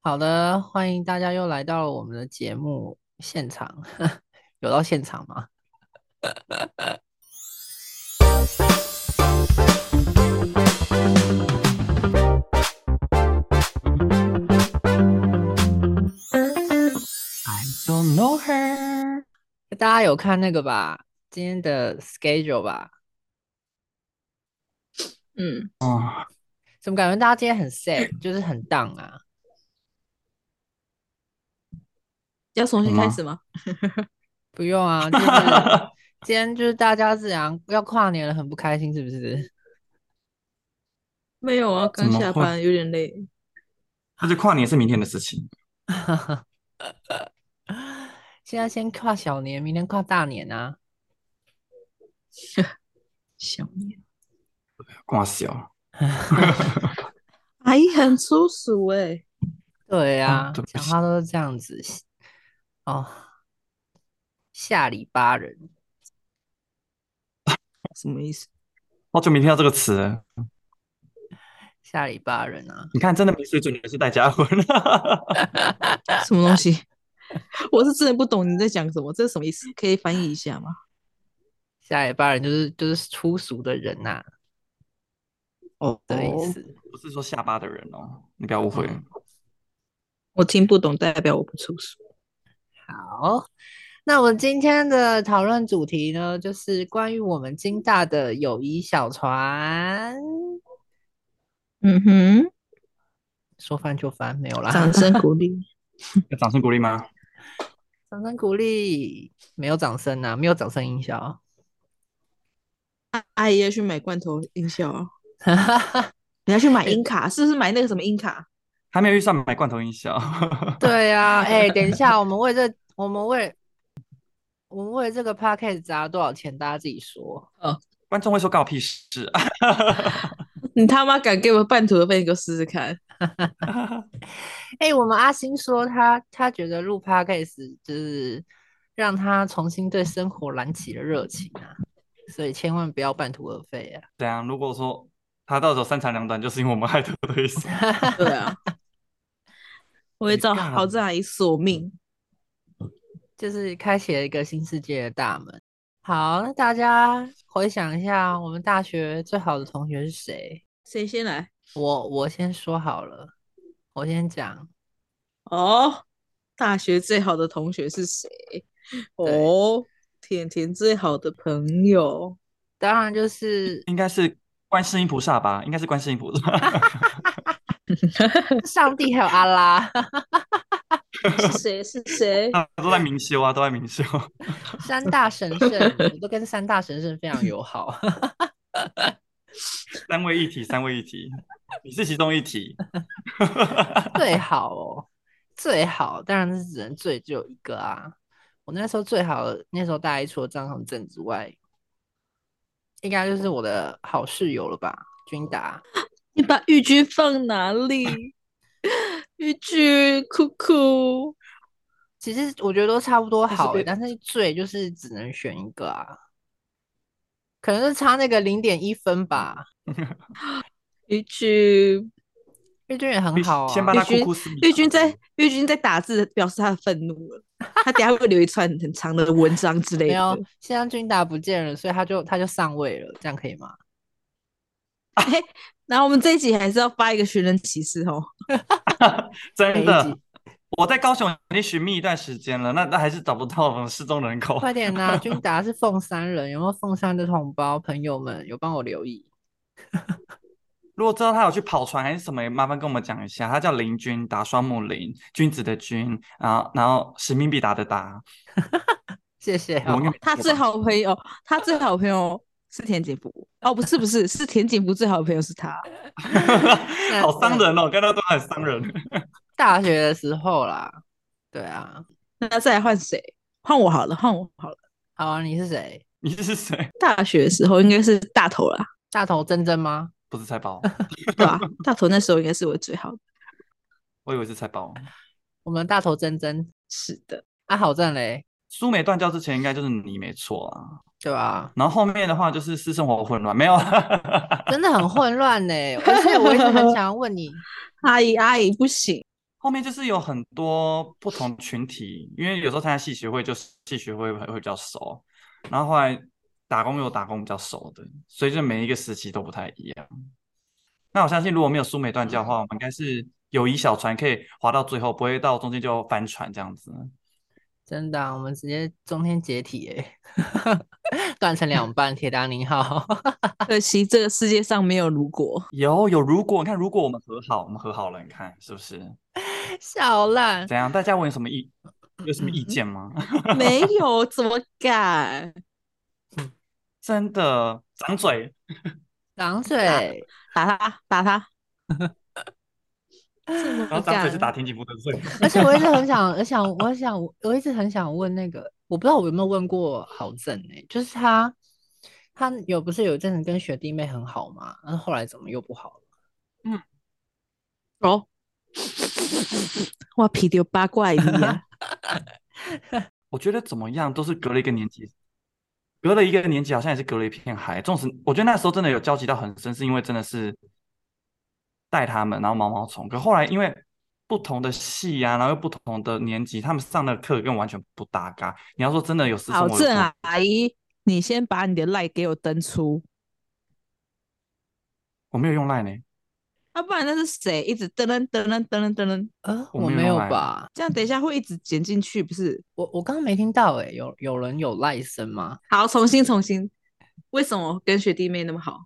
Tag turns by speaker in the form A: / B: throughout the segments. A: 好的，欢迎大家又来到了我们的节目现场， 有到现场吗？I don't know her。大家有看那个吧？今天的 schedule 吧？
B: 嗯，
A: 哦，怎么感觉大家今天很 sad，就是很 down 啊？
B: 要重新开
C: 吗
B: 始吗？
A: 不用啊，就是今天就是大家自然要跨年了，很不开心，是不是？
B: 没有啊，刚
C: 怎么
B: 下
C: 会
B: 班有点累。
C: 而且跨年是明天的事情，
A: 现在先跨小年，明天跨大年啊！
B: 小年
C: 挂小。
B: 阿姨很粗俗哎、
A: 对呀、
C: 哦对不
A: 讲
C: 起
A: 话都是这样子哦，下里巴人。
B: 什么意思？
C: 好久没听到这个词了，
A: 下里巴人啊，
C: 你看，真的没水准，你是戴家婚。
B: 什么东西？ 我是真的不懂你在讲什么，这是什么意思？可以翻译一下吗？
A: 下里巴人就是就是粗俗的人呐、
C: 哦，
A: 的意思。
C: 不是说下巴的人哦，你不要误会。
A: 嗯
B: 我听不懂，代表我不粗俗。
A: 好，那我们今天的讨论主题呢，就是关于我们金大的友谊小船，
B: 嗯哼，
A: 说翻就翻，没有啦，
B: 掌 声鼓励。
C: 要掌声鼓励吗？
A: 掌声鼓励，没有掌声啊，没有掌声音 效，
B: 阿阿姨要去买罐头音效啊，你要去买音卡，是不是买那个什么音卡？
C: 还没有预算买罐头音效，
A: 对呀、哎、等一下，我们为这，我们为我们为这个 podcast 砸了多少钱，大家自己说。
C: 观众会说干我屁事。
B: 你他妈敢给我半途的费，你给我试试看。
A: 哎、我们阿星说他他觉得录 podcast 就是让他重新对生活燃起了热情啊，所以千万不要半途而废啊。
C: 怎样？如果说他到时候三长两短，就是因为我们害他的意思。
B: 对 啊，我会找豪子阿姨索命。
A: 就是开启了一个新世界的大门。好，那大家回想一下，我们大学最好的同学是谁？
B: 谁先来？
A: 我我先说好了，我先讲。
B: 哦，大学最好的同学是谁？
A: 对
B: 哦，甜甜最好的朋 友，
A: 当然就是
C: 应该是观世音菩萨吧？应该是观世音菩萨。
A: 上帝还有阿拉，
B: 是谁？是谁？
C: 大家都在明修啊，都在明修。
A: 三大神圣，我都跟三大神圣非常友好。
C: 三位一体，三位一体，你是其中一体。
A: 最好哦，最好当然是只能最只有一个啊。我那时候最好的，那时候大一除了张宏正之外，应该就是我的好室友了吧，君达。
B: 你把玉君放哪里？玉君，哭哭。
A: 其实我觉得都差不多
B: 但是
A: 好欸、
B: 被
A: 但是最就是只能选一个啊，可能是差那个零点一分吧。
B: 玉君，
A: 玉君也很好啊，
C: 先帮他
B: 必须
C: 哭哭死你。
B: 玉君在，玉君在打字表示他的愤怒了。他等下会留一串很长的文章之类
A: 没有
B: 的。，
A: 现在君达不见了，所以他就他就上位了，这样可以吗？
B: 然后我们这一集还是要发一个寻人启事哦。
A: 每
C: 真
A: 一
C: 的
A: 集，
C: 我在高雄已经寻觅一段时间了，那那还是找不到我们失踪人口。
A: 快点呐、 君达是凤山人，有没有凤山的同胞朋友们有帮我留意？
C: 如果知道他有去跑船还是什么，也麻烦跟我们讲一下。他叫林君达，双木林，君子的君，然后然后使命必达的达。
A: 谢谢
C: 我
A: 哦
C: 应该没
B: 他
C: 错
B: 最
C: 吧
B: 好的朋友，他最好的朋友是田景福。哦，不是不是，是田景福最好的朋友是他。
A: 那
C: 好伤人哦，看到都很伤人。
A: 大学的时候啦，对啊，
B: 那再来换谁？换我好了，换我好了。
A: 好啊，你是谁？
C: 你是谁？
B: 大学的时候应该是大头啦，
A: 大头真真吗？
C: 不是菜包，
B: 对吧、大头那时候应该是我最好的。
C: 我以为是菜包。
A: 我们大头真真
B: 是的，
A: 啊，好赞嘞，
C: 苏美断交之前应该就是你没错啊，
A: 对吧、
C: 然后后面的话就是私生活混乱，没有啊。
A: 真的很混乱呢、而且我一直很想要问你，
B: 阿姨阿姨不行，
C: 后面就是有很多不同群体，因为有时候参加戏学会就是戏学会会会比较熟，然后后来打工有打工比较熟的，所以就每一个时期都不太一样。那我相信如果没有苏美断交的话，我们应该是友谊小船可以划到最后，不会到中间就翻船这样子。
A: 真的啊、我们直接中天解体耶、断成两半，铁达尼号。
B: 可惜这个世界上没有如果。
C: 有有，如果你看，如果我们和好，我们和好了，你看是不是？
A: 小烂，
C: 怎样？大家我有什么意有什么意见吗？
B: 没有，怎么敢？
C: 真的，掌嘴。
A: 掌嘴，
B: 打他，打 他！这么
C: 然后掌
B: 敢
C: 嘴是打天井不得罪。
A: 而且我一直很想，我想，我想，我一直很想问那个，我不知道我有没有问过郝正哎、就是他，他有不是有一阵子跟学弟妹很好嘛，然后后来怎么又不好了？
B: 哦，哇，皮丢八卦 一样，
C: 我觉得怎么样都是隔了一个年级，隔了一个年级，好像也是隔了一片海。纵使我觉得那时候真的有交集到很深，是因为真的是带他们，然后毛毛虫。可后来因为不同的系啊，然后又不同的年级，他们上的课跟完全不搭嘎。你要说真的有私生
B: 好
C: 活有
B: 正啊
C: 多
B: 阿姨，你先把你的赖给我登出，
C: 我没有用赖呢，
B: 要、啊不然那是谁一直噔噔噔噔噔噔噔？
A: 呃，
C: 我
A: 我
C: 没
A: 没
C: 有
A: 有
C: 赖
A: 吧？
B: 这样等一下会一直剪进去，不是？
A: 我我刚刚没听到哎、有有人有赖声吗？
B: 好，重新重新，为什么跟学弟妹那么好，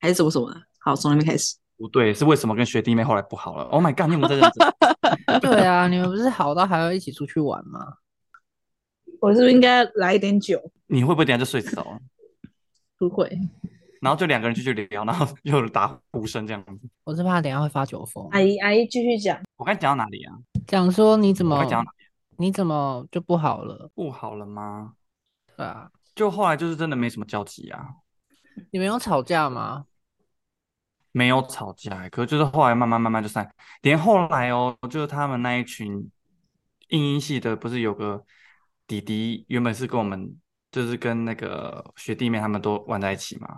B: 还是什么什么的？好，从那边开始。
C: 不对，是为什么跟学弟妹后来不好了？Oh my god，你有没有在认真？
A: 对啊，你们不是好到还要一起出去玩吗？
B: 我是不是应该来一点酒？
C: 你会不会等一下就睡着了？
B: 不会，
C: 然后就两个人继续聊，然后又有打呼声这样子。
A: 我是怕等一下会发酒疯。
B: 姨阿姨继续讲。
C: 我刚才讲到哪里啊？
A: 讲说你怎
C: 我
A: 么
C: 刚才讲到哪里
A: 你怎么就不好了？
C: 不哦好了吗？
A: 对啊，
C: 就后来就是真的没什么交集啊。
A: 你们有吵架吗？
C: 没有吵架，欸可是就是后来慢慢慢慢就散，连后来哦，就是他们那一群英音系的，不是有个弟弟，原本是跟我们就是跟那个学弟妹他们都玩在一起嘛，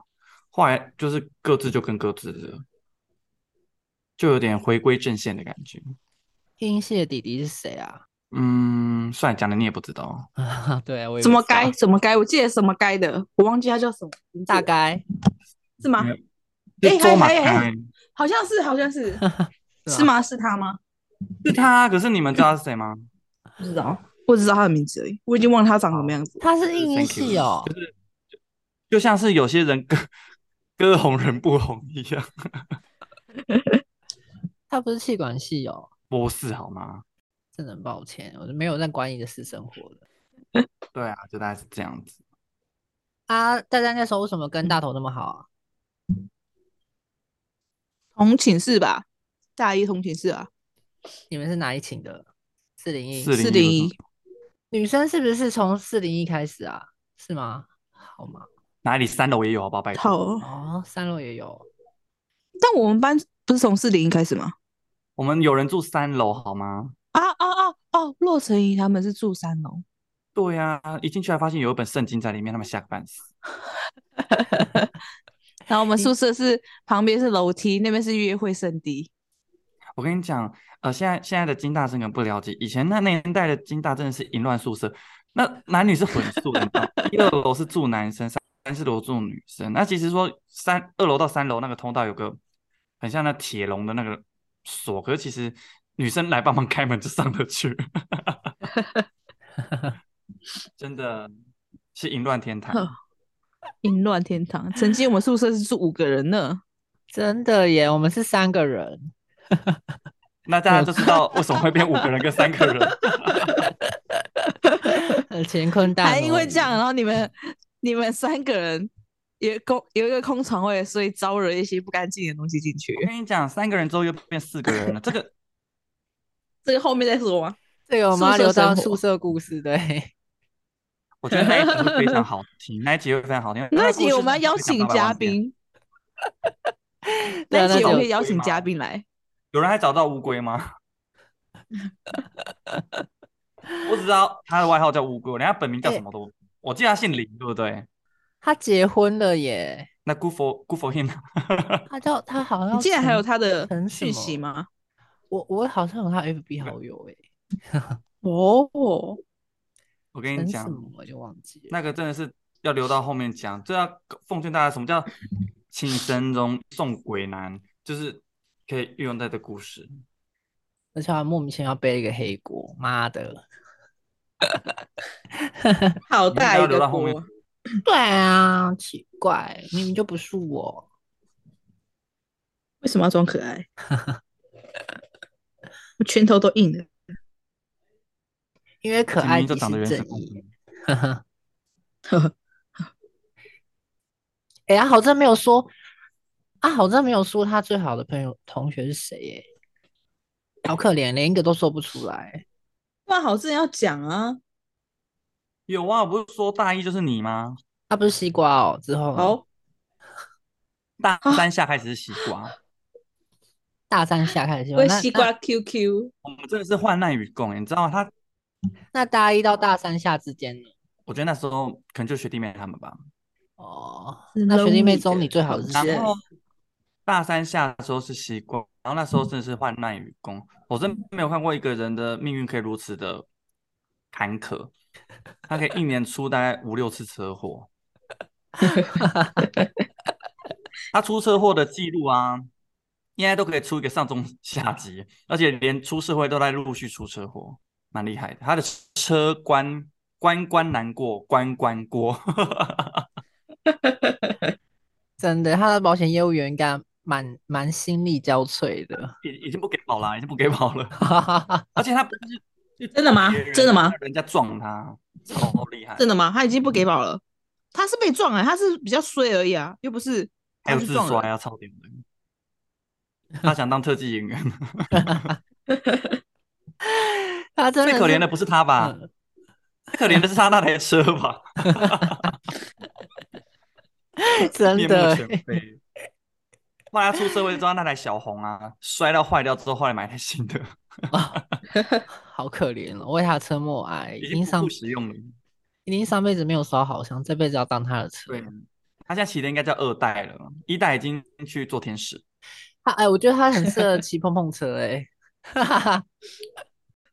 C: 后来就是各自就跟各自的，就有点回归正线的感觉。
A: 英系的弟弟是谁啊？
C: 嗯，算了，讲的你也不知道，
A: 对啊，我也
B: 怎
A: 不
B: 么
A: 知道
B: 该怎么该？我记得什么该的，我忘记他叫什么名字
A: 大
B: 了，
A: 概
B: 是吗
C: 没？有
B: 哎
C: 就周马
B: 哎哎哎
C: 开
B: 好像是，好 像是，
A: 是
B: 是吗？是他吗？
C: 是他，可是你们知道他是谁吗？
B: 不知道，我只知道他的名字而已，我已经忘了他长什么样子。
A: 他是
C: 是
A: 硬音
C: Thank you
A: 系哦，
C: 就是就就像是有些人歌 歌红人不红一样，
A: 他不是气管系哦，
C: 不是好吗？
A: 真的很抱歉，我就没有在管你的私生活了。
C: 对啊，就大概是这样子。
A: 啊，大家那时候为什么跟大头那么好啊？
B: 同寝室吧，大一同寝室啊，
A: 你们是哪一寝的？四零一，
C: 401
B: 四零
C: 有
B: 一
C: 什
A: 女生是不是从四零一开始啊？是吗？好吗？
C: 哪里三楼也有，好不好？拜托，
B: 套。
A: 哦，三楼也有，
B: 但我们班不是从四零一开始吗？
C: 我们有人住三楼好吗？
B: 啊啊啊哦，洛成怡他们是住三楼，
C: 对呀、一进去还发现有一本圣经在里面，他们吓个半死。
B: 然后我们宿舍是旁边是楼梯，那边是约会圣地。
C: 我跟你讲，呃，现在现在的金大真的不了解，以前那年代的金大真的是淫乱宿舍，那男女是混宿的，你知道吗一二楼是住男生，三三四楼住女生。那其实说三二楼到三楼那个通道有个很像那铁笼的那个锁，可是其实女生来帮忙开门就上得去，真的是淫乱天堂。
B: 淫乱天堂，曾经我们宿舍是住五个人 呢。
A: 真的耶，我们是三个人。
C: 那大家就知道为什么会变五个人跟三个人。
A: 呃，乾坤大
B: 还
A: 挪
B: 因为
A: 移
B: 这样，啊然后你们你们三个人有空有一个空床位，所以招惹一些不干净的东西进去。
C: 我跟你讲，三个人之后又变四个人了，这个
B: 这个后面再说吗？
A: 这个我
B: 宿
A: 们要
B: 舍
A: 留到
B: 生
A: 宿
B: 活
A: 舍故事， 对，
C: 我觉得那一集会非 常好听，那一集会非常好听。
B: 那
C: 个
B: 一集
C: 故事
B: 我们要邀
C: 真的
B: 请
C: 讲到了
B: 嘉
C: 忘记了，
B: 宾，
A: 对啊
B: 那一集
A: 那
B: 我
A: 就
B: 可以邀请嘉宾来。
C: 有人还找到乌龟吗？ 我只知道他的外号叫乌龟，人家本名
A: 哎
C: 叫什么都，我记得他姓林，对不对？
A: 他结婚了 耶，
C: 那 good for good for him，
A: 他叫他好像
B: 你竟然还有
A: 成
B: 他的
A: 成什
B: 讯息
A: 么
B: 吗？
A: 我我好像有他 FB 好友哎、
B: 哦，
C: 我
A: 欸，
C: 跟你
A: 等什
C: 讲，
A: 么我就忘记了。
C: 那个真的是要留到后面讲，这要奉劝大家，什 么叫请神容送鬼难，就是可以运用在这故事。
A: 而且还莫名其妙背一个黑锅，妈的！
B: 好
C: 你
B: 大
C: 要
B: 一
C: 留
B: 个
C: 到后面
B: 锅，
C: 嗯
A: 对啊，奇怪，明明就不是我。
B: 为什么要装可爱？我拳头都硬了。
A: 因为可
C: 明
A: 爱
C: 明就
A: 即
C: 长得
A: 是正
C: 人神共
A: 义
C: 愤。
B: 呵呵，
A: 哎、阿豪真的没有说，阿豪真的没有说他最好的朋友同学是谁耶、好可怜，连一个都说不出来。
B: 万好自然要讲啊。
C: 有啊，我不是说大一就是你吗？
A: 他不是西瓜哦，之后呢
B: 好，
C: 大
A: 哦
B: 啊
C: 三下开始是西瓜，
A: 大三下开始西瓜，
B: 为
A: 那
B: 西瓜 QQ，
C: 我们真的是患难与共，你知道吗？他，
A: 那那大一到大三下之间呢？
C: 我觉得那时候可能就学弟妹他们吧。
A: 哦，
B: 是
A: 那学弟妹
B: lonely
A: 中
B: 的
A: 你最好是
B: 同
A: 谁
B: 学
C: 然 后大三下的时候是西瓜，然后那时候真的是患难与共。我真没有看过一个人的命运可以如此的坎坷，他可以一年出大概五六次车祸。他出车祸的记录啊，应该都可以出一个上中下级，而且连出社会都在陆续出车祸，蛮厉害的。他的车关关关难过关关过，
A: 真的，他的保险业务员应该蛮蛮心力交瘁的。
C: 已已经不给保了，已经不给保了。
A: 哈哈哈，
C: 而且他不 是去
B: 真的吗
C: 撞别人
B: 真的吗？
C: 人家撞他，超厉害，
B: 真的吗？他已经不给保了，他是被撞了，他是比较衰而已啊，又 不是
C: 还
B: 他
C: 有
B: 去
C: 自
B: 撞
C: 摔
B: 人。
C: 啊，超屌的。他想当特技演 员，
A: 他真的
C: 最可
A: 是
C: 怜的不是他吧？
A: 嗯
C: 最可怜的是他那台车 吧？
A: 真
C: 面目
A: 的
C: 全非。后来他出社会之后，那台小红啊，摔到坏掉之后，后来买台新的，
A: 啊，好可怜哦，为他车默哀，
C: 已
A: 已经
C: 经不
A: 上
C: 不实用了。
A: 已经上辈子没有烧好香，这辈子要当他的车。
C: 对，他现在骑的应该叫二代了，一代已经去做天使。
A: 他哎，我觉得他很适合骑碰碰车 哎，哈哈哈，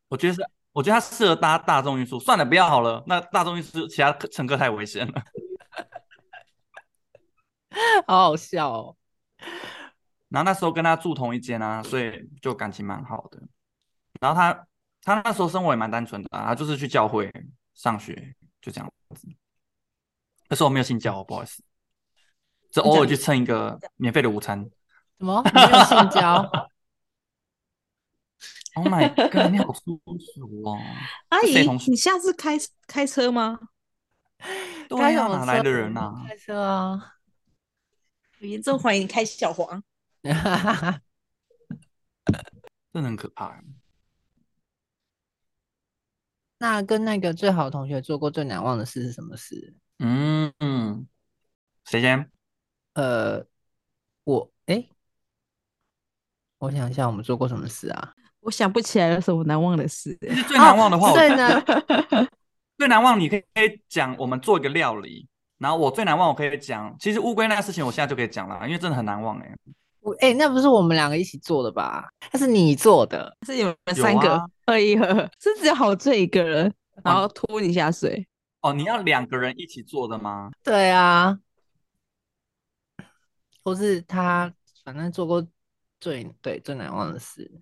C: 我觉得是，我觉得他适合搭大众运输。算了，不要好了，那大众运输其他乘客太危险了。
A: 好好笑哦。
C: 然后那时候跟他住同一间啊，所以就感情蛮好的。然后他他那时候生活也蛮单纯的啊，他就是去教会上学，就这样子。可是我没有信教，哦不好意思，只偶尔去蹭一个免费的午餐。
A: 什么？你没有性 交？
C: Oh my god，你好粗俗哦！
B: 阿
C: 是谁
B: 姨
C: 同，事
B: 你下次开开车吗？
C: 对
A: 开
C: 啊，
A: 什么
C: 哪来
A: 车
C: 的人啊？
A: 开车啊！
B: 我严重怀疑你开小黄。
A: 哈哈哈。
C: 真的很可怕。
A: 那跟那个最好的同学做过最难忘的事是什么事？
C: 嗯嗯，谁先？
A: 呃，我诶，我想一下，我们做过什么事啊？
B: 我想不起来有什么难忘的事。
C: 其实最难忘的话，我
A: 最难
C: 最难忘，你可以讲我们做一个料理，然后我最难忘我可以讲，其实乌龟那个事情我现在就可以讲了，因为真的很难忘哎、
A: 我诶，那不是我们两个一起做的吧？那是你做的，
B: 是你们
C: 有
B: 呃三个
C: 啊
B: 二一合二，是只有好醉一个人，然后拖你下水。
C: 哦，你要两个人一起做的吗？
A: 对啊，或是他反正做过最对最难忘的事。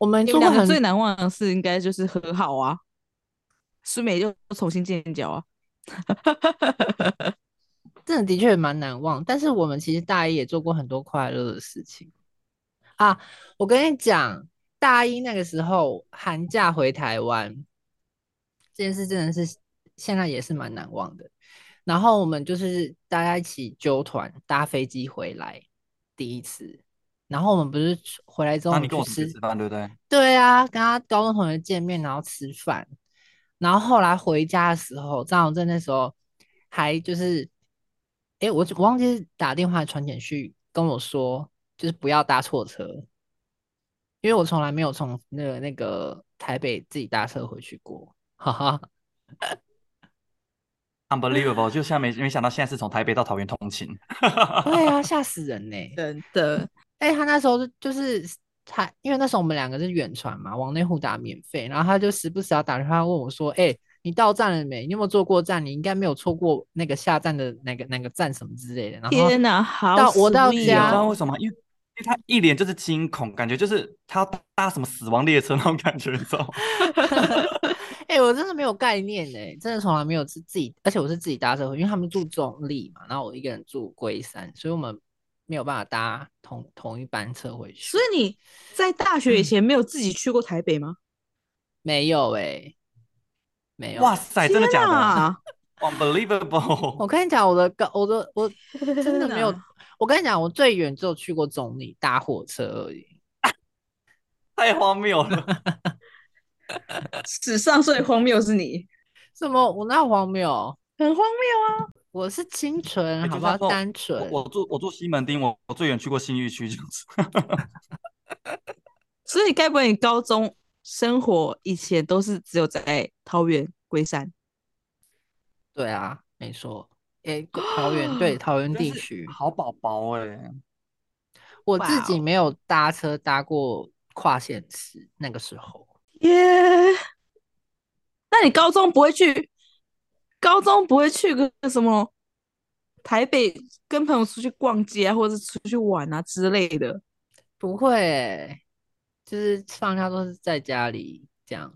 A: 我们
B: 你
A: 做
B: 们
A: 过
B: 两
A: 哎
B: 个
A: 很
B: 最难忘的事应该就是和好啊，苏美就重新建交啊。
A: 真的的确蛮难忘，但是我们其实大一也做过很多快乐的事情啊。我跟你讲，大一那个时候寒假回台湾这件事，真的是现在也是蛮难忘的。然后我们就是大家一起揪团搭飞机回来，第一次。然后我们不是去回来之后，
C: 那
A: 我
C: 你
A: 们
C: 跟
A: 去
C: 我同学
A: 吃
C: 吃饭对不对？
A: 对啊，跟他高中同学见面，然后吃饭，然后后来回家的时候，张永正那时候还就是，诶，我我忘记是打电话还是传简讯跟我说，就是不要搭错车，因为我从来没有从那个那个台北自己搭车回去过，哈哈，
C: Unbelievable！就像没没想到现在是从台北到桃园通勤，
A: 对啊，吓死人呢、
B: 真的，
A: 哎、哎，他那时候就就是他，因为那时候我们两个是远传嘛，往内湖打免费，然后他就时不时要打电话问我说：“哎、你到站了没？你有没有坐过站？你应该没有错过那个下站的哪个哪个站什么之类的。”然后
B: 天哪，好
A: 到我到
B: sweet
C: 你知
A: 家
C: 道
B: 哦
C: 为什么吗？因为因为他一脸就是惊恐，感觉就是他搭什么死亡列车那种感觉，你知道吗？
A: 哎、我真的没有概念哎、真的从来没有自自己，而且我是自己搭车回去，因为他们住中立嘛，然后我一个人住龟山，所以我们没有办法搭同同一班车回去。
B: 所以你在大学以前没有自己去过台北吗？
A: 没有哎、没有。
C: 哇
B: 哎
C: 塞，真的假的
B: 啊，
A: 我
C: ？Unbelievable！
A: 跟你讲，我的高，我的我真的没有
B: 天
C: 啊
B: 哪。
A: 我跟你讲，我最远只有去过中立搭火车而已。
C: 太荒谬了。
B: 史上最荒谬是你，
A: 什么？我那荒谬？
B: 很荒谬啊！
A: 我是清纯，
C: 欸
A: 好
C: 就
A: 不
C: 像
A: 好？
C: 说
A: 单纯。
C: 我我住我住西门町，我我最远去过信义区这样子。
B: 所以该不会你高中生活以前都是只有在桃园龟山？
A: 对啊，没错。诶、桃园对桃园
C: 真
A: 地
C: 是
A: 区，
C: 好宝宝哎、
A: 我自
B: 哇
A: 己
B: 哦
A: 没有搭车搭过跨县市，那个时候
B: 耶、那你高中不会去？高中不会去个什么台北跟朋友出去逛街啊，或者是出去玩啊之类的？
A: 不会欸、就是放假都是在家里这样。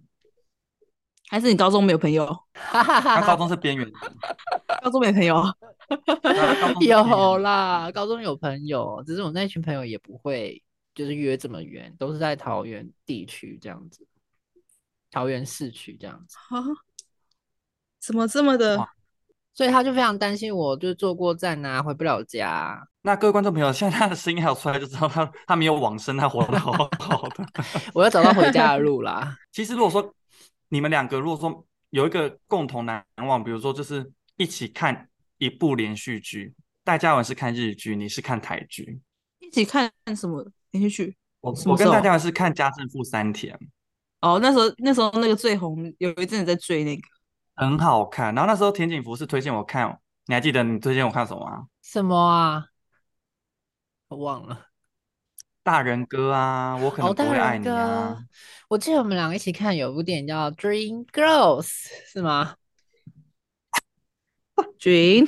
B: 还是你高中没有朋友？
A: 哈哈哈
C: 他
A: 哈
C: 高中是 边缘人，
B: 高中没有朋友啊？
C: 他高中是边缘人
A: 有啦，高中有朋友，只是我那群朋友也不会就是约这么远，都是在桃园地区这样子，桃园市区这样子，
B: 啊？怎么这么的
C: 哇
A: 所以他就非常担心我，就坐过站啊，回不了家啊、
C: 那各位观众朋友，现在他的声音还有出来，就知道他他没有往生，他活得好好的。
A: 我要找到回家的路啦。
C: 其实如果说你们两个如果说有一个共同难忘，比如说就是一起看一部连续剧，戴嘉文是看日剧，你是看台剧。
B: 一起看什么连续剧？
C: 我
B: 什么
C: 我跟
B: 时候
C: 戴嘉文是看《家政妇三田》，
B: 哦，那时候那时候那个最红，有一阵子在追那个
C: 很好看。然后那时候田景福是推荐我看，你还记得你推荐我看什么啊？
A: 什么啊？我忘了。
C: 大人哥啊，我可
A: 哦，
C: 能不
A: 大
C: 会爱
A: 人
C: 你
A: 哥，
C: 啊。
A: 我记得我们两个一起看有部电影叫《Dream Girls》，是吗？
B: 《Dream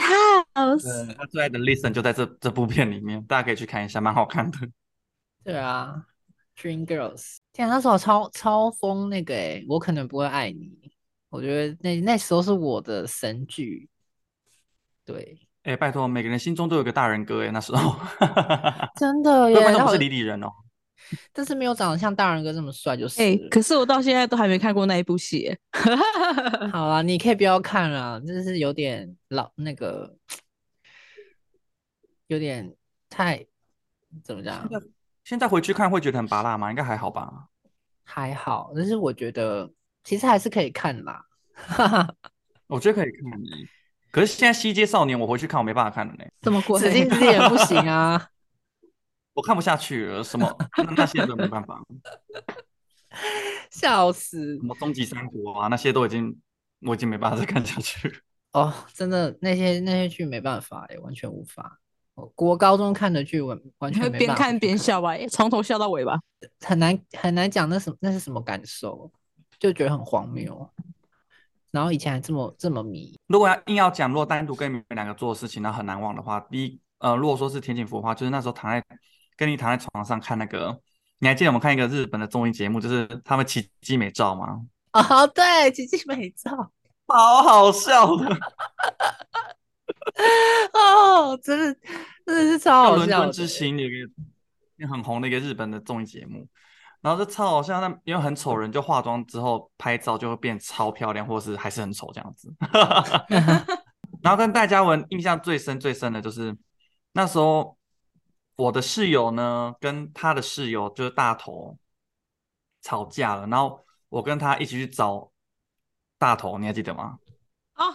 B: House》。
C: 对，他最爱的 Listen 就在这这部片里面，大家可以去看一下，蛮好看的。
A: 对啊，《Dream Girls》。天啊，那时候超超疯那个诶、我可能不会爱你。我觉得那那时候是我的神剧。对，
C: 哎，拜托，每个人心中都有个大人哥哎，那时候。
A: 真的
C: 各
A: 耶
C: 位观。
A: 啊
C: 众
A: 然
C: 不
A: 后
C: 是李李人哦，
A: 但是没有长得像大人哥这么帅，就是
B: 哎、
A: 了。
B: 可是我到现在都还没看过那一部戏耶。
A: 好啦，你可以不要看了，就是有点老那个，有点太怎么讲？
C: 现在回去看会觉得很拔辣吗？应该还好吧。
A: 还好，但是我觉得其实还是可以看啦。哈哈，
C: 我觉得可以看
A: 嗯
C: 欸可是现在《西街少年》，我回去看我没办法看了呢，
B: 怎么过
A: 紫禁之也不行啊。
C: 我看不下去了。什么那那些都没办法，
A: 笑死
C: 什么终极三国啊，那些都已经我已经没办法再看下去了。
A: 哦！真的，那些那些剧没办法耶，欸完全无法。我国高中看的剧，完完
B: 你会
A: 全没
B: 边
A: 办法
B: 看边笑吧，从头笑到尾吧。
A: 很难很难讲那什么那是什么感受，就觉得很荒谬。然后以前还这么这么迷，
C: 如果要硬要讲，如果单独跟你们两个做的事情，然后很难忘的话，第一，呃，如果说是田景福的话，就是那时候躺在跟你躺在床上看那个，你还记得我们看一个日本的综艺节目，就是他们奇迹美照吗？
A: 哦，对，奇迹美照，
C: 好好笑的，
A: 哦，真的真的是超好
C: 伦
A: 笑
C: 敦
A: 的
C: 之星有一个很红的一个日本的综艺节目，然后就超好笑。那因为很丑人，就化妆之后拍照就会变超漂亮，或是还是很丑这样子。 然后跟戴嘉文印象最深最深的就是那时候我的室友呢跟他的室友就是大头吵架了，然后我跟他一起去找大头，你还记得吗？
B: 哦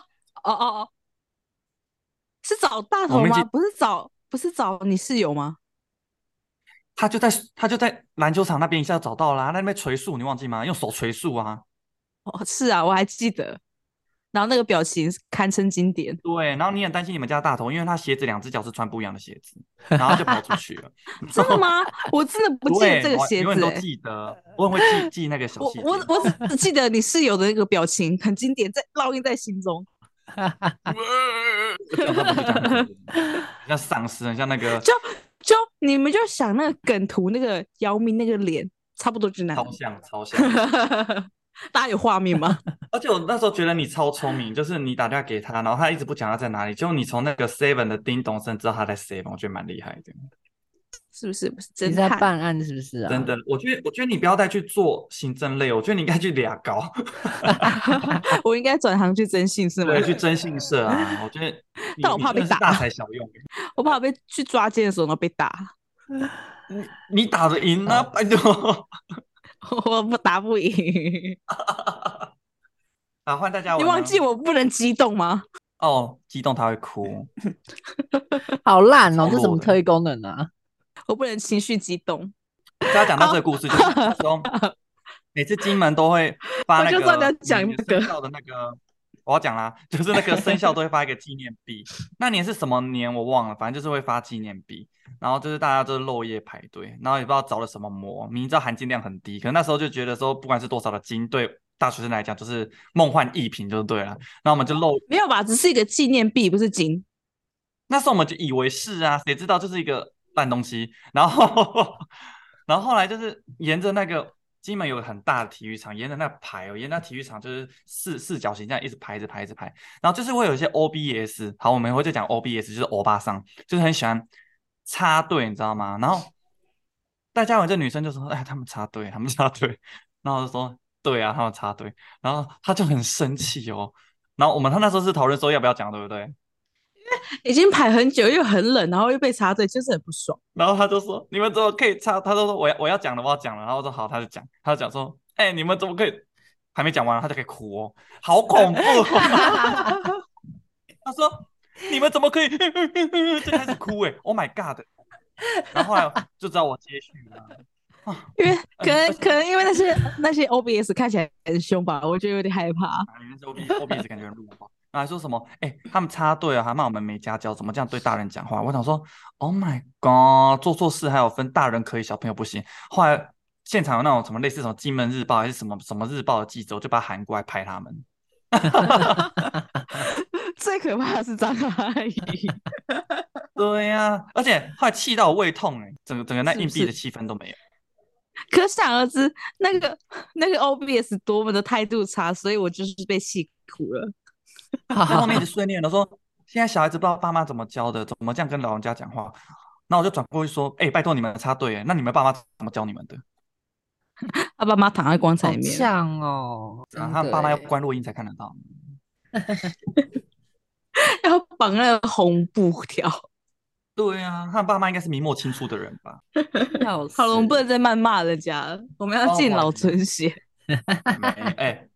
B: 哦哦，是找大
C: 我
B: 头
C: 们已
B: 吗？
C: 经
B: 不是找，不是找你室友吗？
C: 他就在他就在篮球场那边一下就啊找到啦、他在那边捶树，你忘记吗？用手捶树啊。
B: 哦，是啊，我还记得。然后那个表情堪称经 典。
C: 对，然后你很担心你们家大头，因为他鞋子两只脚是穿不一样的鞋 子，然后就跑出去了。
B: 真的吗？ 我真的不记得
C: 对
B: 这个
C: 我
B: 鞋
C: 永远
B: 子、
C: 都
B: 欸。
C: 记得，我很会记记那个小
B: 我
C: 细节。
B: 我我只记得你室友的那个表情很经典，在烙印在心中。
C: 这样他不是讲很经典吗很像丧尸，很像那个
B: 就就你们就想那个梗图，那个姚明那个脸，差不多就那样
C: 超。像超像。
B: 大家有画面吗？
C: 而且我那时候觉得你超聪明，就是你打电话给他，然后他一直不讲他在哪里，就你从那个 Seven 的叮咚声知道他在 Seven，我觉得蛮厉害的。
B: 是不是？不是
A: 你
B: 侦
A: 在
B: 探。
A: 办案是不是啊？
C: 真的，我觉得我觉得你不要再去做行政类，我觉得你应该去俩高，
B: 我应该转行去征信是吗？
C: 对，去征信社啊。我觉得你，
B: 但我怕
C: 你真
B: 被
C: 的是
B: 打
C: 大材小用。欸
B: 我怕我被去抓奸的时候然后被打，
C: 你你打得赢
B: 嗯
C: 啊，拜托。
B: 我不打不赢。
C: 啊，换大家，
B: 你忘记我不能激动吗？
C: 哦，激动他会 哭。
A: 好烂哦，
C: 超
A: 这什么
C: 弱的
A: 特异功能 啊？
B: 我不能情绪激动，
C: 大家讲到这个故事，就是那时 候每次金门都会发那
B: 我就
C: 个
B: 知道你要讲
C: 每年
B: 这个
C: 生肖的那个，我要讲啦，就是那个生肖都会发一个纪念币。那年是什么年我忘了，反正就是会发纪念币。然后就是大家就是漏夜排队，然后也不知道着了什么魔，明明知道含金量很低，可能那时候就觉得说，不管是多少的金，对大学生来讲就是梦幻一品就是对了。然后我们就漏
B: 没有吧？只是一个纪念币，不是金。
C: 那时候我们就以为是啊，谁知道就是一个烂东西。然后， 然后后来就是沿着那个金门有个很大的体育场，沿着那排哦，沿着那体育场就是四四角形这样一直排，一直排，一直排。然后就是会有一些 OBS，好，我们会再讲 OBS，就是欧巴桑，就是很喜欢插队，你知道吗？然后戴嘉文这女生就说：“哎，他们插队，他们插队。”然后我就说：“对啊，他们插队。”然后她就很生气哦。然后我们他那时候是讨论说要不要讲，对不对？
B: 已经排很久，又很冷，然后又被插队，就是很不爽。
C: 然后他就说：“你们怎么可以插？”他就说：“我要我要讲了，我要讲了。”然后我说：“好。”他就讲，他就讲说：“哎、你们怎么可以？”还没讲完，他就可以哭哦，好恐怖、哦！ 他说：“你们怎么可以？”就开始哭哎、o h my god！然后后来就知道我接续了。
B: 因为可能
C: 而且
B: 可能因为那些那些 OBS 看起来很凶吧，我就有点害怕。
C: 啊，你们是 O B O B 是感觉很弱化，然后还说什么？哎、他们插队啊，还骂我们没家教，怎么这样对大人讲话？我想说，Oh my god，做错事还有分大人可以，小朋友不行。后来现场有那种什么类似什么《金门日报》还是什么什么日报的记者，我就把他喊过来拍他们。
B: 最可怕的是张阿姨，
C: 对呀、而且后来气到我胃痛哎、整个整个那
B: 是不
C: 硬币的
B: 是
C: 气氛都 没有。
B: 可想而知那个那个 OBS 多么的态度差，所以我就是被气哭了。
C: 在后面一直碎念的说，现在小孩子不知道爸妈怎么教的，怎么这样跟老人家讲话。那我就转过去说，哎、拜托你们插队哎，那你们爸妈怎么教你们的？
B: 他爸妈躺在棺材
A: 好
B: 里面，
A: 像哦，
C: 然
A: 真
C: 后啊他们爸妈要
B: 欸
A: 的耶
C: 关录音才看得到。
B: 要绑那个红布条。
C: 对啊，他爸妈应该是明末清初的人吧？
A: 要
B: 好了，我们
A: 死
B: 不能再谩骂人家了，我们要
C: 哦
B: 敬
C: 我
B: 老
C: 知道
B: 尊贤。
C: 没哎、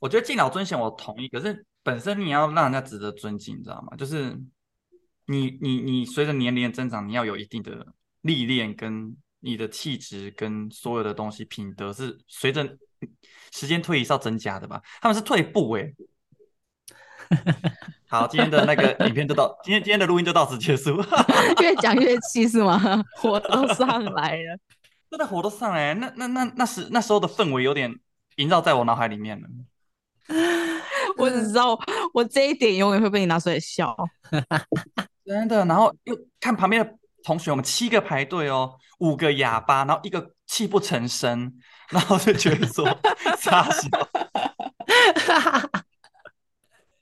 C: 我觉得敬老尊贤我同意，可是本身你要让人家值得尊敬，你知道吗？就是你你你随着年龄的增长，你要有一定的历练，跟你的气质，跟所有的东西品德是随着时间推移是要增加的吧？他们是退步哎、好，今天的那个影片就到，今天今天的录音就到此结束。
B: 越讲越气是吗？火都上来了。
C: 真的火都上来，那那那那时那时候的氛围有点萦绕在我脑海里面了。
B: 我只知道我这一点永远会被你拿出来笑。
C: 真的，然后又看旁边的同学，我们七个排队哦，五个哑巴，然后一个泣不成声，然后就觉得说 傻笑。
A: 欸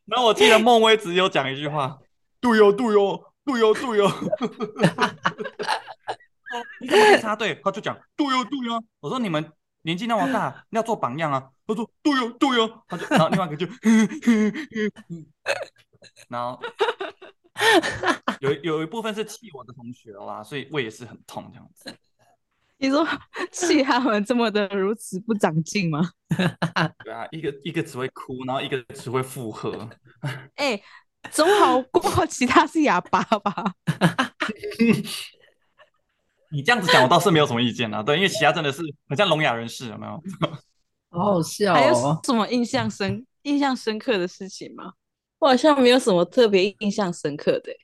C: 然后我记得孟威只有讲一句话：“对哟、对哟、对哟、对哦哟、你怎么可以插队？他就讲：“对哟、对哟、我说：“你们年纪那么大，要做榜样啊。”他说：“对哟、对哟、他就然后另外一个就 然后有有一部分是气我的同学啦，所以胃也是很痛这样子。
B: 你说气他们这么的如此不长进吗？
C: 对啊，一个一个只会哭，然后一个只会附和。
B: 哎、总好过其他是哑巴吧？
C: 你这样子讲，我倒是没有什么意见啦。啊对，因为其他真的是很像聋哑人士，有没有？
A: 好好笑
B: 还有
A: 哦，
B: 什么印象深印象深刻的事情吗？我好像没有什么特别印象深刻的欸、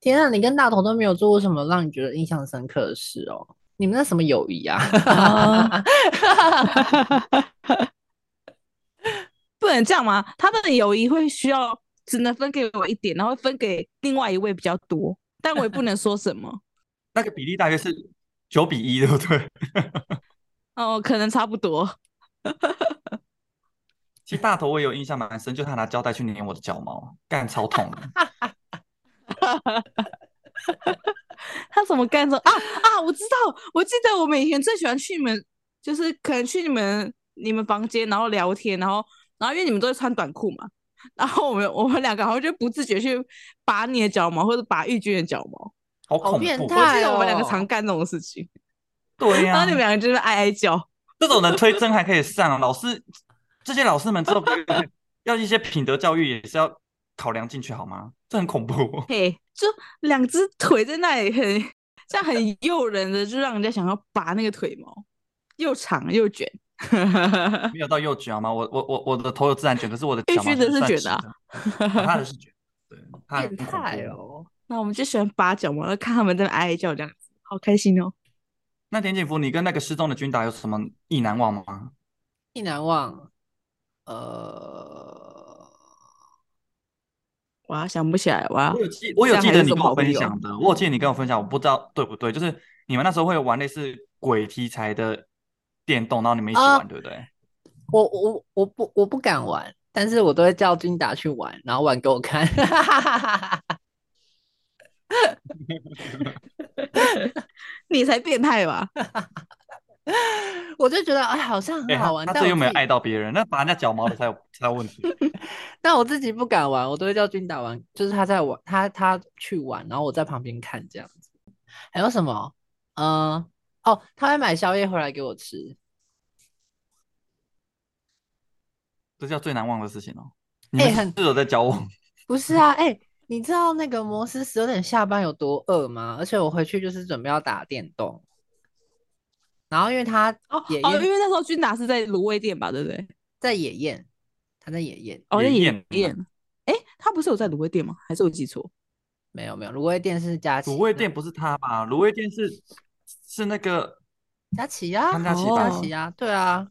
A: 天啊，你跟大头都没有做过什么让你觉得印象深刻的事哦？你们那什么友谊 啊？
B: 啊不能这样吗？他们的友谊会需要只能分给我一点，然后分给另外一位比较多，但我也不能说什么。
C: 那个比例大约是九比一，对不对？
B: 哦，可能差不多。
C: 其实大头我也有印象蛮深，就他拿胶带去粘我的脚毛，干超痛的。
B: 他怎么干这啊啊！我知道，我记得我们以前最喜欢去你们，就是可能去你们你们房间，然后聊天，然后然后因为你们都会穿短裤嘛，然后我们我们两个好像就不自觉去拔你的脚毛，或者拔玉君的脚毛。
C: 好
A: 好
C: 恐
A: 变
C: 怖！
A: 态
B: 我记得我们两个
A: 哦啊
B: 常干这种事情，
C: 对呀、
B: 然后你们两个就是哀哀叫。
C: 这种人推甄还可以上、啊，老师这些老师们之后要一些品德教育也是要考量进去好吗？这很恐怖。
B: 嘿，就两只腿在那里很，这样很诱人的，就让人家想要拔那个腿毛，又长又卷。
C: 没有到右卷好吗？我我我我的头有自然卷，可是我的
B: 必
C: 脚
B: 须
C: 毛
B: 的是
C: 算
B: 卷
C: 直
B: 的啊
C: 的他的是卷，对，他 很
A: 变
C: 恐
A: 态
C: 怖。
A: 哦！
B: 那我们就喜欢拔脚毛，然后看他们在那哀哀叫这样子，好开心哦。
C: 那田景福，你跟那个失踪的军达有什么意难忘吗？
A: 意难忘，呃，
B: 哇，想不起来哇
C: 我，有记，我有
B: 这样
C: 记
B: 还
C: 得
B: 是
C: 你
B: 什
C: 跟
B: 么
C: 我
B: 好朋
C: 分
B: 友
C: 享的，我有记得你跟我分享，我不知道对不对，就是你们那时候会玩类似鬼题材的电动，然后你们一起
A: 啊
C: 玩，对不对？
A: 我我我不我不敢玩，但是我都会叫君达去玩，然后玩给我看。
B: 你才变态吧？
A: 我就觉得哎，好像
C: 哎，
A: 很好
C: 他
A: 玩，
C: 他
A: 但
C: 这
A: 我
C: 又没有
A: 自己
C: 爱到别人，那拔人家脚毛的才有才有问题。
A: 但我自己不敢玩，我都会叫君达玩，就是他在玩，他他去玩，然后我在旁边看这样子。还有什么？嗯，哦，他会买宵夜回来给我吃，
C: 这叫最难忘的事情哦。你
A: 哎
C: 们
A: 很
C: 是有在教我？
A: 不是啊，哎、你知道那个摩斯十二点下班有多饿吗？而且我回去就是准备要打电动，然后因为他
B: 哦
A: 也
B: 哦，
A: 宴
B: 因为那时候君达是在卤味店吧，对不对？
A: 在野宴，他在野宴，
B: 哦，在
C: 也
B: 演
C: 宴
B: 演。哎，他不是有在卤味店吗？还是我记错？
A: 没有没有，卤味店是佳琪，
C: 卤味店不是他吧？卤味店是是那个
A: 佳琪呀、
C: 潘佳琪
A: 佳
C: 吧？
A: 琪呀、对啊，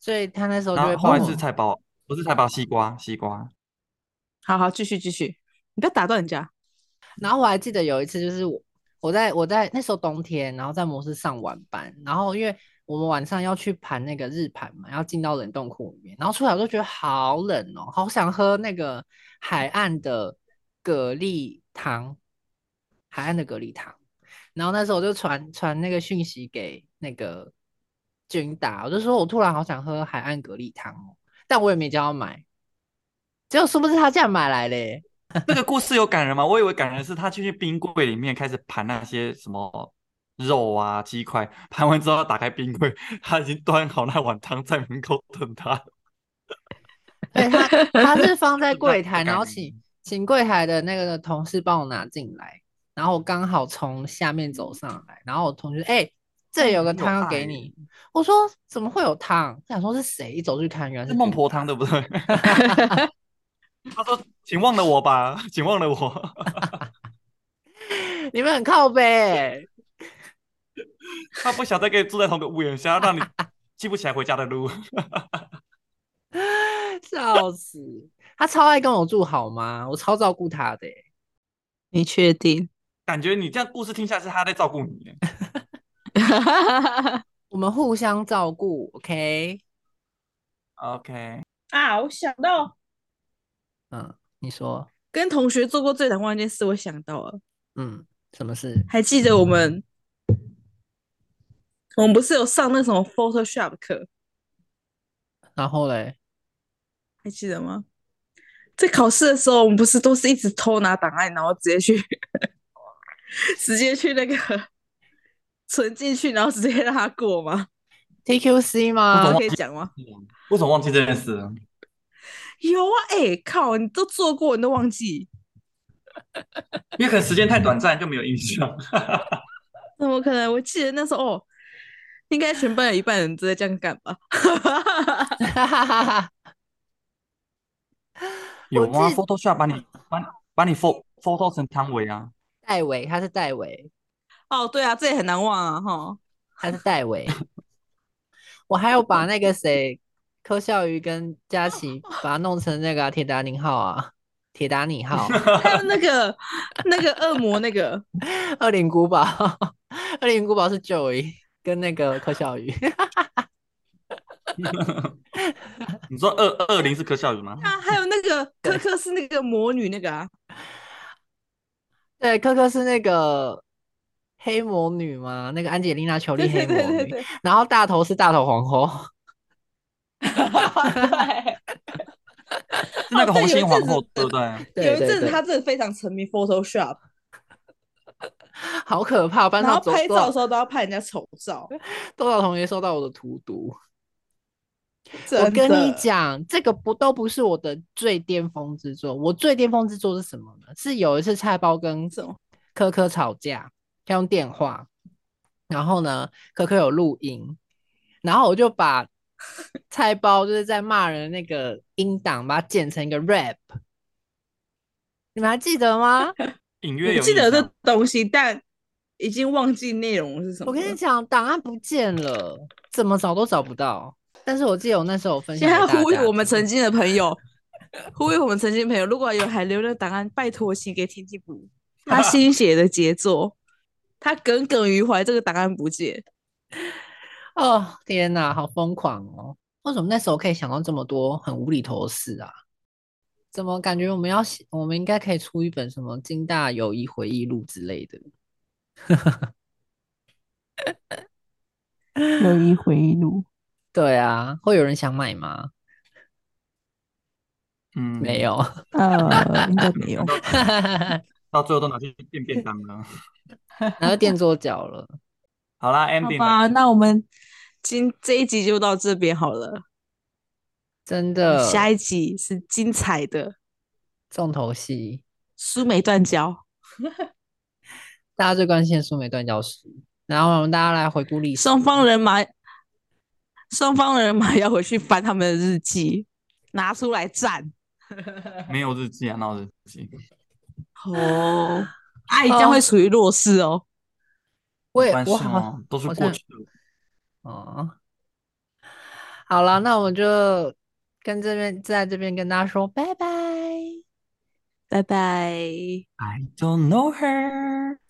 A: 所以他那时候就
C: 然
A: 会
C: 后后来
A: 帮
C: 是
A: 我
C: 菜包，不是菜包，西瓜，西瓜。
B: 好好，继续继续，你不要打断人家。
A: 然后我还记得有一次，就是我我在我在那时候冬天，然后在模式上晚班，然后因为我们晚上要去盘那个日盘嘛，要进到冷冻库里面，然后出来我就觉得好冷哦，好想喝那个海岸的蛤蜊汤，海岸的蛤蜊汤。然后那时候我就传传那个讯息给那个君达，我就说我突然好想喝海岸蛤蜊汤哦，但我也没叫他买，结果殊不知他竟然买来嘞、
C: 这个故事有感人吗？我以为感人是他去冰柜里面开始盘那些什么肉啊、鸡块，盘完之后打开冰柜，他已经端好那碗汤在门口等他。
A: 对他， 他是放在
C: 那
A: 柜
C: 不
A: 台，然
C: 敢
A: 后
C: 赢
A: 请请柜台的那个同事帮我拿进来，然后我刚好从下面走上来，然后我同学哎、这
C: 那
A: 里
C: 你
A: 有个
C: 很有
A: 汤要
C: 爱
A: 给
C: 耶
A: 你，我说怎么会有汤？想说是谁，一走去看原来
C: 是
A: 是
C: 孟
A: 君
C: 婆
A: 达
C: 汤，对不 对？他说：“请忘了我吧，请忘了我。
A: 你们 很靠背欸、
C: 他不想再跟你住在同个屋檐下，让你记不起来回家的路。
A: 笑死！他超爱跟我住好吗？我超照顾他的欸、
B: 你确定？
C: 感觉你这样故事听下来是他在照顾你耶。
A: 我们互相照顾，OK？”
C: OK，
B: 啊，我想到
A: 嗯，你说，
B: 跟同学做过最难忘的一件事，我想到了，
A: 嗯，什么事？
B: 还记得我们，我们不是有上那什么 Photoshop 课，
A: 然后嘞，
B: 还记得吗？在考试的时候，我们不是都是一直偷拿档案，然后直接去， 直接去那个 存进去，然后直接让他过吗？
A: TQC
C: 我
A: 吗
C: 懂？
B: 可以讲吗？
C: 为什么忘记这件事了？
B: 有啊，哎、靠，你都做过，你都忘记，
C: 因为可能时间太短暂，就没有印象。
B: 怎么可能？我记得那时候，哦，应该全班有一半人都在这样干吧。
C: 有
A: 我
C: 啊
A: 记
C: ，Photoshop 把你把你把你 pho photo 成汤唯 啊，
A: 戴维，他是戴维，
B: 哦，对啊，这也很难忘 啊，哈。
A: 他是戴 维。我还有把那个谁，柯孝瑜跟佳琪把它弄成那个啊铁、达尼号啊，铁达尼 号，
B: 还有那个那个恶魔那个，
A: 恶灵古堡，恶灵古堡是 Joey 跟那个柯孝瑜，
C: 你说二二零是柯孝宇吗？
B: 啊，还有那 个科科是那个魔女那个啊，
A: 对，柯柯是那个黑魔女嘛，那个安吉丽娜·裘
B: 对
A: 丽黑
B: 对
A: 魔
B: 对对
A: 女，
B: 对，
A: 然后大头是大头皇 后，
C: 是那个
B: 哦对
C: 红
B: 有一
C: 心皇
B: 阵子
C: 后对不对？
B: 对
A: 对
B: 有一
A: 对
B: 阵子
A: 对
B: 他真的非常沉迷 Photoshop，
A: 好可怕！班
B: 然
A: 上
B: 后
A: 走
B: 拍
A: 多
B: 照的
A: 少
B: 时候都要拍人家丑 照，
A: 多少同学受到我的荼毒。我
B: 真
A: 跟你
B: 的，
A: 讲，这个不都不是我的最巅峰之作。我最巅峰之作是什么呢？是有一次菜包跟
B: 什么
A: 科科吵架，要用电话，然后呢，科科有录音，然后我就 把菜包就是在骂人的那个音档，把它剪成一个 rap。你们还记得吗？
C: 隐约
B: 我
C: 有
B: 记得
C: 印
B: 这
C: 象
B: 东西，但已经忘记内容是什么
A: 我
B: 了。
A: 跟你讲，档案不见了，怎么找都找不到。但是我记得我那时候有分享
B: 现
A: 给
B: 在
A: 大家听，
B: 呼吁我们曾经的朋友，呼吁我们曾经的朋友，如果有还留着档案，拜托请给 天气补，他心血的杰作，他耿耿于怀这个档案不见。
A: 哦，天哪，好疯狂哦！为什么那时候可以想到这么多很无厘头的事啊？怎么感觉我们要写，我们应该可以出一本什么《金大友谊回忆录》之类的？
B: 友谊回忆 录，
A: 对啊，会有人想买吗？
C: 嗯
A: 没，有，
B: 呃，应该 没有。
C: 到最后都拿去变便当了。
A: 然后垫桌脚了。
C: 好啦
B: 好
C: ，ending 了，
B: 吧，那我们今这一集就到这边好了，
A: 真的，
B: 下一集是精彩的
A: 重头戏，
B: 苏梅断交，
A: 大家最关心的苏梅断交史，然后我们大家来回顾历史。
B: 双方人马，双方人马要回去翻他们的日记， 拿出来战。
C: 没有日记啊，闹日记。
B: 哦，爱将
A: 哦
B: 会处于弱势哦。
A: 我也
C: 关系
A: 我好
C: 哦，都是
A: 好
C: 过
A: 像
C: 去的。
A: 哦，好了，那我们就跟这边在这边跟大家说拜拜。
B: 拜拜。
C: I don't know her.